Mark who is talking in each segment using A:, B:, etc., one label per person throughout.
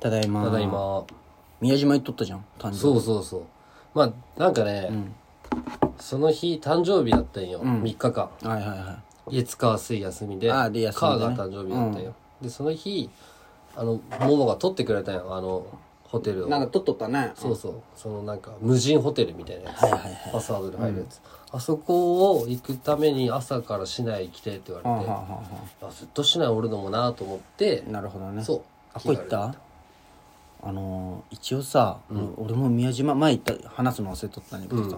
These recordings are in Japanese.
A: ただいま
B: ただいま
A: 宮島行っとったじゃん誕生日
B: そうそうそうまあなんかね、
A: ん
B: その日誕生日だったんよ、
A: ん
B: 3日間
A: はいはいはい
B: 月火水休みで
A: あーで休み
B: 火
A: で
B: が
A: ね
B: 誕生日だったんよ、でその日あのモモが取ってくれたんよあのホテルを
A: なんか撮っとったね
B: そうそうそのなんか無人ホテルみたいなやつ、
A: はいはいはい
B: パスワードで入るやつ、あそこを行くために朝から市内来てって言われて、
A: はあはあはあは
B: あずっと市内おるのもなと思って、
A: あなるほどね
B: そう
A: あこう行っ
B: 気軽に
A: たあのー一応さ、俺も宮島前行った話すの忘れとったんだけどさ、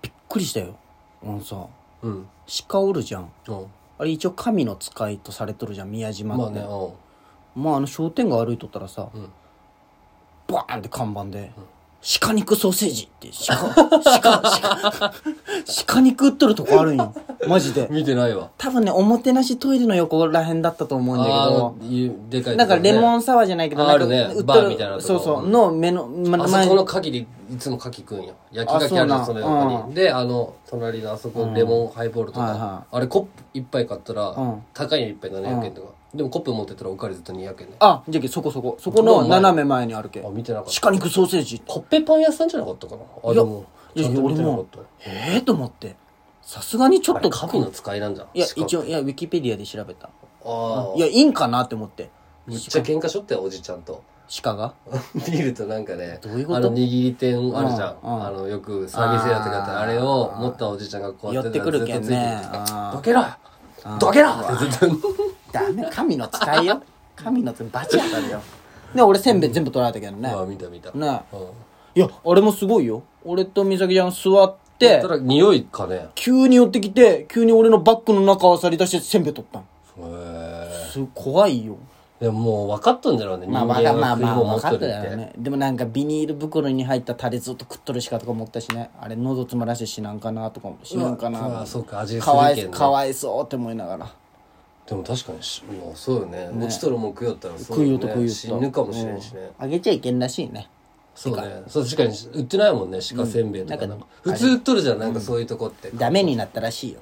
A: びっくりしたよあのさ
B: うん
A: 鹿おるじゃん
B: うん
A: あれ一応神の使いとされとるじゃん宮島って、
B: ま
A: ま
B: あ
A: あ
B: ねうん
A: あの商店街歩いとったらさ、
B: ん
A: バーンって看板で「鹿肉ソーセージ」って鹿鹿鹿鹿肉売っとるとこあるんよマジで
B: 見てないわ
A: 多分ねおもてなしトイレの横らへんだったと思うんだけ
B: あ
A: ど
B: あいうでかい
A: なんかレモ
B: ン
A: ンサワーじゃないけど、
B: あ
A: なんか
B: あるね
A: 売っ
B: バ
A: と
B: ーみたいなとこ
A: そうそう、の目の、ま
B: あそこの鍵でいつも柿食うんよ焼き柿ある
A: あ
B: よ
A: そ
B: そうの
A: なん
B: 横にであの隣のあそこレモンハイボールと
A: はいは
B: かあれコップ一杯買ったら
A: うん
B: 高いの一杯700円とかでもコップ持ってたらおかわりずっと200円ね
A: あ、じゃけ、そこそこ。そこの斜め前にあるけ
B: あ。見てなかった
A: 鹿肉ソーセージ。
B: コッペパン屋さんじゃなかったかなあでも
A: い
B: ち
A: や
B: ゃんと見てなかった
A: ええと思って。さすがにちょっと、
B: 神の使いなんじゃん
A: いや、
B: しか
A: 一応、いや、ウィキペディアで調べた。
B: あ
A: い
B: あ
A: や、いいんかなって思って。
B: めっちゃ喧嘩しょったよおじちゃんと
A: 鹿が。
B: 見るとなんかね
A: どういうこと
B: あの握り店あるじゃん、
A: うんうん
B: あのよくサービスエリアとかあって
A: あー
B: あれを持ったおじちゃんがこうやってた
A: 寄
B: ら
A: ってくるけんね
B: ずっとついてきて
A: あー
B: どけろよどけろってずっと
A: ダメ、神の使いよ。神の使い、バチ当たるよ。で、俺せんべい全部取られたけどね
B: ま。あ見た見た、
A: ね
B: うん
A: いや、あれもすごいよ。俺と美咲ちゃん座って
B: た、だ匂いかねへ
A: 急に寄ってきて、急に俺のバッグの中をさり出してせんべい取ったん。
B: え
A: す怖いよ。
B: でももう分かっとんじゃろうね、
A: まあ、
B: 人
A: まあ、
B: 間
A: まあ、
B: は食い
A: まあ、分
B: 物持っ
A: か
B: と
A: っ
B: る
A: た
B: っ
A: よ
B: て、
A: ね。でもなんかビニール袋に入ったタレずっと食っとるしかとか思ったしね。あれ喉詰まらして死なんかなとかも、死ぬんか
B: うわ
A: な。
B: そうか味する
A: かわい
B: け
A: そ
B: ん
A: う、
B: ね
A: かわいそうって思いながら。
B: でも確かにしもうそうよね落ちとるもん食いよったらそう
A: 食いよ
B: よ
A: うと
B: ね
A: 食いようと。
B: 死ぬかもしれんしね、
A: うん。あげちゃいけんらしいね。
B: そうねそう確かに売ってないもんね鹿せんべいとか,、なんか普通売っとるじゃんなんかそういうとこって、
A: ダメになったらしいよ。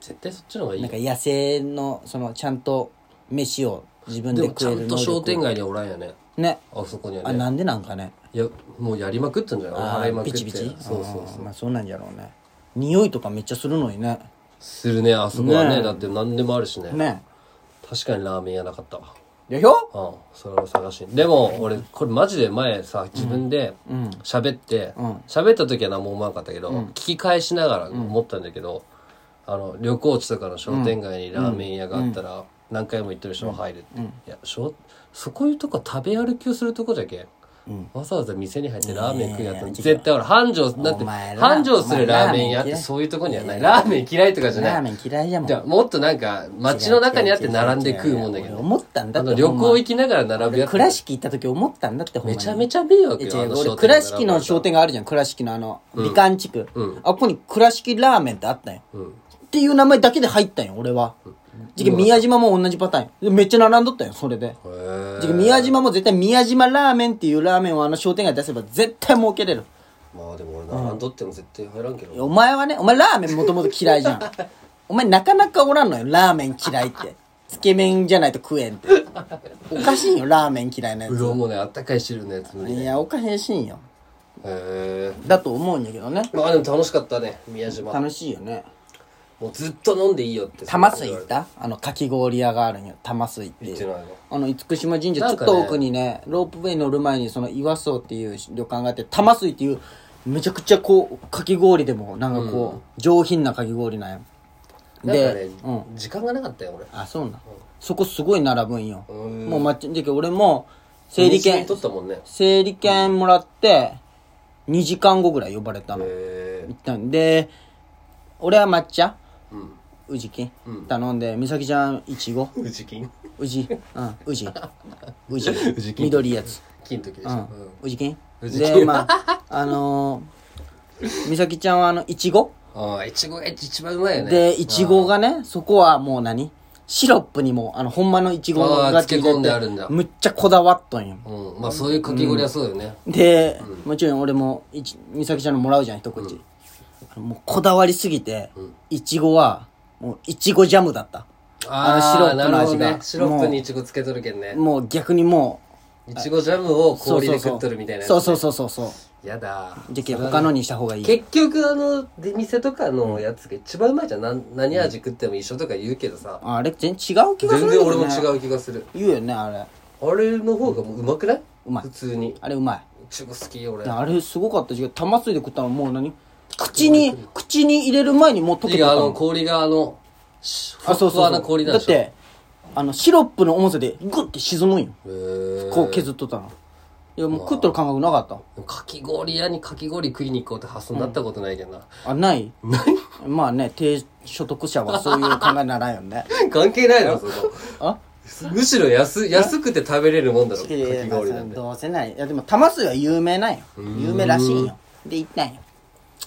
B: 絶対そっちの方がいい
A: な
B: よ
A: んか野生の、その、ちゃんと飯を自分で
B: でも
A: 食
B: ち
A: え
B: ゃ
A: る
B: んと
A: 能力
B: 商店街におらんよね
A: ね。
B: あそこには
A: あ、
B: ね
A: なんでなんかね。
B: いやもうやりまくったんじゃない
A: あ
B: 払いま
A: ー
B: く
A: ビ
B: って
A: チビチ
B: そうそう
A: あ
B: そ
A: ー
B: う
A: まあ、そうなんじゃろうね。匂いとかめっちゃするのにね。
B: するねあそこはね
A: ねえ
B: だって何でもあるしね
A: ね。
B: 確かにラーメン屋なかったわ
A: でしょ
B: うんそれを探しにでも俺これマジで前さ自分で喋って喋った時は何も思わなかったけど聞き返しながら思ったんだけどあの旅行地とかの商店街にラーメン屋があったら何回も行ってる人が入るっていやしょそこいうとこ食べ歩きをするとこじゃけんわざわざ店に入ってラーメン食うやつ絶対俺繁盛だって
A: お前ら
B: 繁盛するラーメン屋っ
A: お前ラーメン嫌
B: て
A: い
B: そういうとこにはないラーメン嫌いとかじゃ
A: ラ
B: な
A: ー
B: い
A: メン嫌いじゃもん
B: じゃあもっとなんか街の中にあって並んで食うもんだけ
A: 違う違う違う違う
B: ど
A: 俺思ったんだ
B: あ
A: っ
B: の
A: て
B: 旅
A: ほんま
B: 行行きながら並ぶやつ
A: 倉敷行った時思ったんだってほんま
B: め
A: に
B: ちゃめちゃ迷惑
A: い
B: よ
A: や
B: あ
A: 違う
B: の
A: 俺
B: 商店街
A: 倉敷の商店街あるじゃん倉敷のあの美観地区、あここに倉敷ラーメンってあったんよ、っていう名前だけで入ったんよ俺は、じゃあ宮島も同じパターンよでめっちゃ並んどったんよそれで
B: へー
A: じゃあ宮島も絶対宮島ラーメンっていうラーメンをあの商店街出せば絶対儲けれる
B: まあでも俺並んどっても絶対入らんけど、
A: お前はね、お前ラーメンもともと嫌いじゃ ん。お前なかなかおらんのよ、ラーメン嫌いって。つけ麺じゃないと食えんって。おかしいよ、ラーメン嫌いなや
B: う
A: つ。
B: どんもねあったかい汁のやつ無理
A: い
B: ね
A: や、おかしいよ。
B: へえ
A: だと思うんだけどね。
B: まあでも楽しかったね宮島
A: 楽しいよね。
B: もうずっと飲んでいいよって
A: 玉水
B: 言わ
A: 行
B: れ
A: ってたあの、かき氷屋があるんよ、玉水って
B: 行
A: い
B: って
A: う。
B: ないの
A: あの、厳島神社、
B: な
A: ちょ
B: ん
A: っ
B: かね
A: と奥にね、ロープウェイ乗る前に、その岩荘っていう旅館があって、玉水っていう、めちゃくちゃこう、かき氷でも、なんかこう、上品なかき氷なんよ。
B: なんかね
A: で、うん。
B: 時間がなかったよ俺
A: あそうなん、そこすごい並ぶんよ、
B: うん
A: もう待ちじゃけ俺も整理券
B: 取ったもんね
A: 整理券もらって2時間後ぐらい呼ばれたの、
B: へ
A: 行ったんで俺は抹茶
B: えうん
A: 宇治金、頼んで美咲ちゃんいちご
B: 宇治金
A: 宇治うん宇治宇治
B: 宇治金
A: 緑いやつ
B: 金時でし
A: う
B: ょ、
A: ん宇治金
B: 宇治金
A: でまああのー、美咲ちゃんはあのいちご
B: うん、ああいちごが一番うまいよね
A: で、いちごがね、そこはもう何シロップにも、あの、ほんまのいちご
B: あー
A: がついてて
B: 漬け込んであるんだ
A: むっちゃこだわっとんよ。
B: うんまあそういうかき氷はそうよね、
A: で、もちろん俺も、いち、みさきちゃんのもらうじゃん、一口。あのもうこだわりすぎて、いちごは、もう、いちごジャムだった。
B: ああ
A: あのシロップの味が
B: なるほどねシロップにいちごつけとるけんね
A: もう逆にもう、
B: いちごジャムを氷で食っとるみたいなやつ
A: そうそうそうそうそう
B: やだ
A: じゃけ他のにした方がいい
B: 結局あの出店とかのやつが一番うまいじゃんなん何味食っても一緒とか言うけどさ、
A: あれ全然違う気がする
B: 全
A: け
B: 然
A: ど
B: 俺
A: ね
B: も違う気がする
A: 言うよねあれ
B: あれの方がもううまくないう
A: まい
B: 普通に
A: あれうまい
B: いちご好き俺
A: であれすごかったし玉すいで食ったのもう何口に口に入れる前にもう溶け
B: い
A: て
B: や
A: た
B: あ
A: も
B: の
A: ん
B: 氷があのしふ
A: あ
B: わ
A: そう
B: ふ
A: そう
B: わ
A: そ
B: な氷
A: う
B: なん
A: だ
B: で
A: っ
B: しょ
A: てあのシロップの重さでグッて沈むんよ
B: へー
A: こう削っとったのいやもう食っとる感覚なかった
B: かき氷屋にかき氷食いに行こうって発想になったことないけどな、
A: あないまあね低所得者はそういう考えならんよ ね
B: 関係ないだろそこ
A: あ
B: むしろ安安くて食べれるもんだろか
A: いやいや
B: き
A: まあ
B: 氷
A: そ
B: なん
A: の
B: て
A: どうせないいやでも玉すいは有名なんよ有名らしいんよで行ったんよ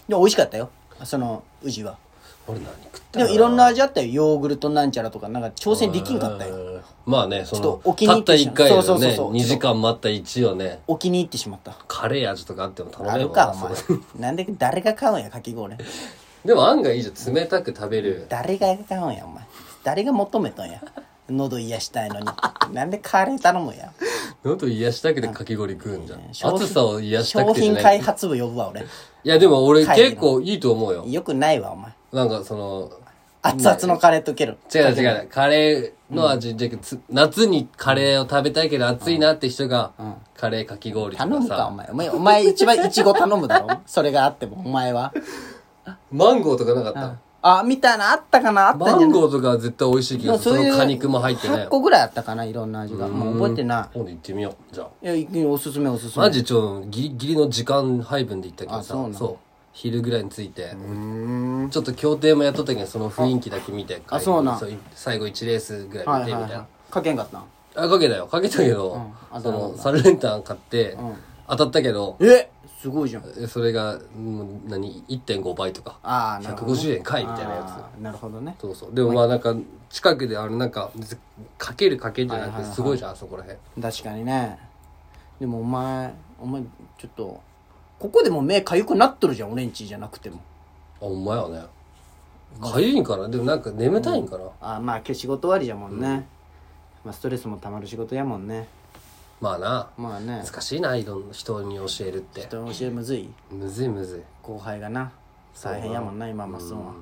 A: でも美味しかったよその宇治は
B: 俺何食った
A: でもいろんな味あったよヨーグルトなんちゃらとかなんか挑戦できんかったよ
B: よまあねそ
A: ちょ
B: の
A: っとお気に
B: た
A: 入
B: っ
A: ったてし
B: 1
A: まう
B: 回
A: そ
B: の
A: うそう
B: ね
A: そうそう
B: 2時間待った1をね
A: お気に入ってしまった
B: カレー味とかあっても頼
A: あ
B: め
A: る
B: よ
A: かお前なんで誰が買うんやかき氷
B: でも案外いいじゃん冷たく食べる
A: 誰が買うんやお前誰が求めとんや喉癒やしたいのになんでカレー頼むんや
B: 喉癒やしたくてかき氷食うんじゃん
A: 商品
B: 暑さを癒やした
A: 商
B: くてじ
A: 品
B: ゃない
A: 開
B: い
A: 発部呼ぶわ俺
B: やでも俺
A: 会議の
B: 結構いいと思うよ
A: よくないわお前
B: なんかその
A: 熱々のカレー溶ける
B: 違う違うカレーの味で、つ夏にカレーを食べたいけど暑いなって人が、カレーかき氷と
A: 頼
B: か
A: むかお
B: さ
A: 前お前お前一番イチゴ頼むだろそれがあってもお前は
B: マンゴーとかなかった、
A: あみたいなあったかなあったん
B: マ
A: じゃ
B: ン
A: ない
B: ゴーとかは絶対美味しいけどその果肉も入ってね
A: 8個ぐらいあったかないろんな味がもう覚えてな
B: 今度行ってみようじゃあ
A: いいやいやおすすめおすすめ
B: マジちょっとギリギリの時間配分で行ったけど
A: あ
B: さ
A: そうなの
B: 昼ぐらいに着いてちょっと協定もやっとったけどその雰囲気だけ見て
A: あそうなん
B: い最後1レースぐら
A: はいい
B: 見
A: は
B: て
A: い
B: みたいな、
A: はいかけんかったん
B: あかけたよかけたけど、
A: あ
B: そ
A: なる
B: の
A: ほ
B: サルレンタン買って、当たったけど
A: えすごいじゃん
B: えそれがもう何1.5倍とか
A: あーなるほどね
B: 150円かいみたいなや
A: あーなるほどね
B: つそうそうでもまあなんか近くであれなんかずかけるかけるじゃなくてすごいじゃんあそこらへん
A: 確かにねでもお前お前ちょっとここでもう目かゆくなっとるじゃん俺んちじゃなくても
B: あお前はねかゆいんかなでもなんか眠たいんかな、
A: あまあ今日仕事終わりじゃもんね、まあストレスもたまる仕事やもんね
B: まあな
A: まあね
B: 難しいないろんな人に教えるって
A: 人の教えむずい
B: むずいむずい
A: 後輩がな大変やもんな今マスオンは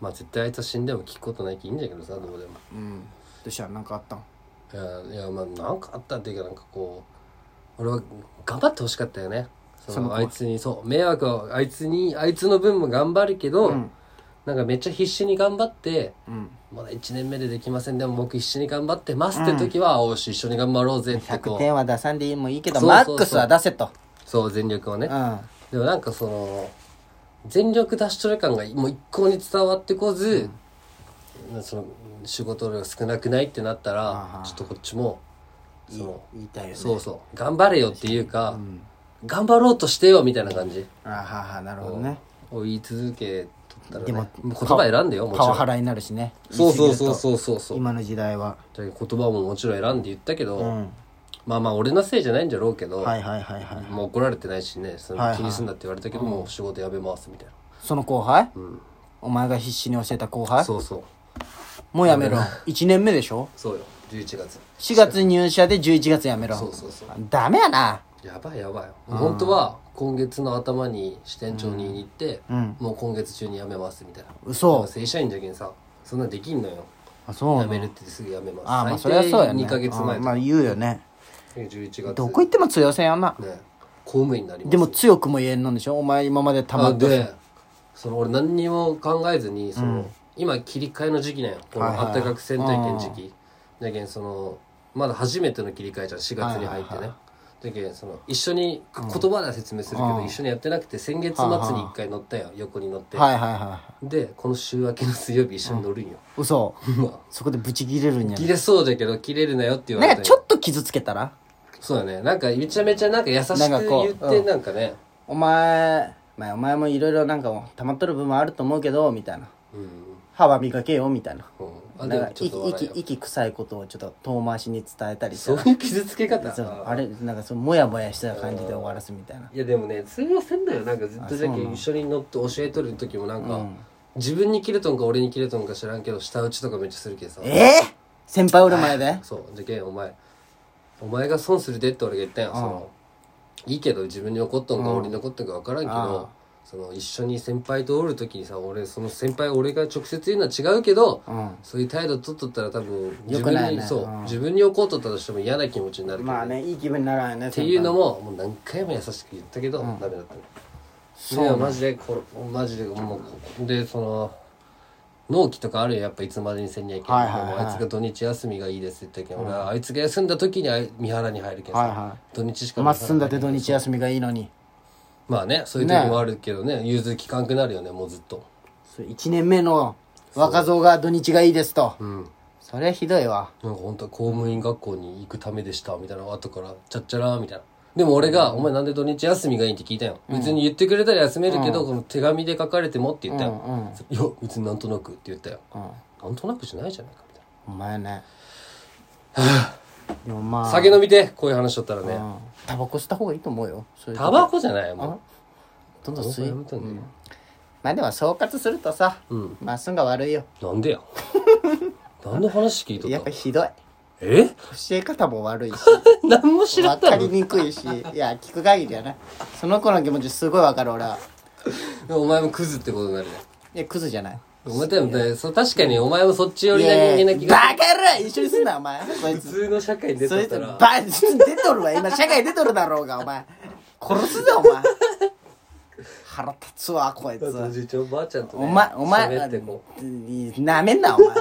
B: まあ絶対あいつは死んでも聞くことないきいいんだけどさどうでも
A: うんどうしたなんかあったん
B: いやいやまあなんかあったっていうかなんかこう俺は頑張ってほしかったよねそのあいつにそう迷惑をあいつにあいつの分も頑張るけど、なんかめっちゃ必死に頑張って、まだ1年目でできませんでも僕必死に頑張ってますって時は、おし一緒に頑張ろうぜって
A: 100
B: こ
A: 点は出さんでいいもいいけど
B: そうそうそう
A: マックスは出せと
B: うそう全力をね、
A: うん
B: でもなんかその全力出しとる感がもう一向に伝わってこず、その仕事量が少なくないってなったらちょっとこっちもその
A: 言いたいよね
B: そうそう頑張れよっていうか頑張ろうとしてよみたいな感じ
A: あははなるほどね
B: を言い続けとった
A: で
B: ら、
A: も
B: ね、もう言葉選んでよもち
A: パワ
B: ろ
A: ハ
B: ん
A: ラになるしね
B: そうそうそう
A: う
B: そうそうそう
A: 今の時代は
B: だけど言葉ももちろん選んで言ったけど、
A: うん
B: まあまあ俺のせいじゃないんじゃろうけど、
A: はいはいはいはい
B: もう怒られてないしねそ
A: はい
B: の
A: はい
B: 気にすんなって言われたけど、もう仕事やめますみたいな、
A: その後輩、お前が必死に教えた後輩
B: そうそう
A: もうやめろ1年目でしょ
B: そうよ11月
A: 4月入社で11月やめろ
B: そうそうそう
A: ダメやな
B: やばいやばい本当は今月の頭に支店長に行って、もう今月中に辞めますみたいな
A: 嘘
B: でも正社員じゃけんさそんなんできんのよ
A: あそうな
B: 辞
A: の
B: めるって言ってすぐ辞めます
A: ああまあそりゃそうやね
B: 2ヶ月前
A: あ
B: と
A: まあ言うよね
B: 11月
A: どこ行っても強せんやな
B: ね公務員になります
A: でも強くも言えんのでしょお前今までたま
B: あ
A: って
B: でその俺何にも考えずにその、今切り替えの時期なんよこの
A: はいはい
B: あったかくせんといけん時期だけんそのまだ初めての切り替えじゃん4月に入ってね、だけんその一緒に言葉では説明するけど、一緒にやってなくて先月末に1回乗ったよ横に乗って、
A: はいはいはい
B: でこの週明けの水曜日一緒に乗るんよ、
A: 嘘
B: うわ
A: そこでブチ切れるんや
B: 切れそうだけど切れるなよって言わ
A: な
B: れ
A: んか
B: た
A: ちょ
B: よ
A: っと傷つけたら
B: そうだねなんかめちゃめちゃなんか優しく
A: なんかこ
B: 言
A: う
B: って
A: うん
B: なんかね
A: お前まあお前もいろいろなんかたまっとる部分もあると思うけどみたいな
B: うん、
A: 歯は磨けよみたいな
B: うん、あ
A: な
B: で
A: ん
B: も
A: か
B: ちょっと
A: 息
B: 笑
A: 息
B: いよ
A: 息臭いことをちょっと遠回しに伝えたりした
B: そう
A: ら
B: いう傷つけ方
A: そうあれなんかそのモヤモヤした感じで終わらすみたいない
B: やでもね通用せんだよなんかずっとじゃけ一緒に乗って教えとる時もなんか、自分に切れとんか俺に切れとんか知らんけど舌打ちとかめっちゃするけどさ
A: ええ先輩おる前で
B: そうじゃけんお前お前が損するでって俺が言ったんやそのいいけど自分に怒っとんか俺に怒っとんか分からんけどその一緒に先輩とおる時にさ俺その先輩俺が直接言うのは違うけど
A: うん
B: そういう態度取っとったら多分自
A: 良くな
B: 分
A: い
B: に
A: ね
B: そう
A: うん
B: 自分に怒っとったとしても嫌な気持ちになるけど
A: まあ
B: っ
A: ねいい気分にならないねって
B: いうのももう何回も優しく言ったけどダメだったね
A: そう
B: い
A: ね
B: やマジでこれマジでもうでその納期とかあるよやっぱいつまでにせんにゃいけん
A: はいはいはい
B: でもあいつが土日休みがいいですって言ったけん、俺はあいつが休んだ時にあい三原に入るけんさ、
A: はいはい
B: 土日しか
A: まっすんだって土日休みがいいのに
B: まあねそういう時もあるけどね融通きかんくなるよねもうずっと
A: 1年目の若造が土日がいいですと
B: うん
A: それひどいわ
B: なんか本当は公務員学校に行くためでしたみたいな後からちゃっちゃらーみたいなでも俺が「お前なんで土日休みがいい?」って聞いたよ、別に言ってくれたら休めるけど、この手紙で書かれてもって言ったよ、
A: うんうん
B: いや別になんとなくって言ったよ、
A: う
B: なんとなくじゃないじゃないかみたいな
A: お前ね でもまあ
B: 酒飲みでこういう話しとったらね
A: うんタバコ吸った方がいいと思うよそういう
B: タバコじゃないよも
A: どん
B: う
A: どん吸い
B: タバコやめたんだよ
A: まあでも総括するとさ
B: うん
A: まっすんが悪いよ
B: なん でや何の話聞いと
A: やっ
B: っ
A: ぱ
B: た
A: ひどい
B: え
A: 教え方も悪いし
B: 何も知らん
A: 分か
B: だろ
A: りにくい しいや聞く限りやなその子の気持ちすごい分かる俺は
B: お前もクズってことになるね
A: いやクズじゃない
B: お前多分ねそう確かにお前もそっち寄り
A: い
B: な
A: やい
B: 人間
A: や
B: な気
A: バ
B: が
A: カら一緒にすんなお前そい
B: 普
A: つ
B: 通の社 会に出
A: そ
B: とっ
A: いつ
B: たら
A: バ出とるわ今社会出とるだろうがお前殺すぞお 前腹立つわこいつ
B: おじいちゃんおばあちゃんとね
A: お前、お前、
B: 喋ってこ
A: なめんな、お前。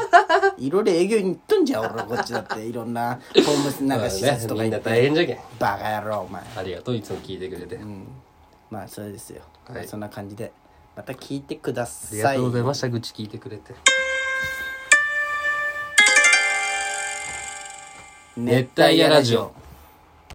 A: いろいろ営業に行っとん じゃん、俺らこっちだって。いろんな、ホームス
B: う
A: なんか施設と
B: ま
A: か
B: あねみ
A: 行
B: んな
A: って。
B: 大変じゃけん
A: バカ野郎、お前。
B: ありがとういつも聞いてくれて
A: まあ、それですよ。
B: はい
A: まあそんな感じで。また聞いてくだ
B: あ
A: さ
B: り
A: い。
B: がとうございました愚痴聞いてくれて
A: 熱帯夜ラジオ。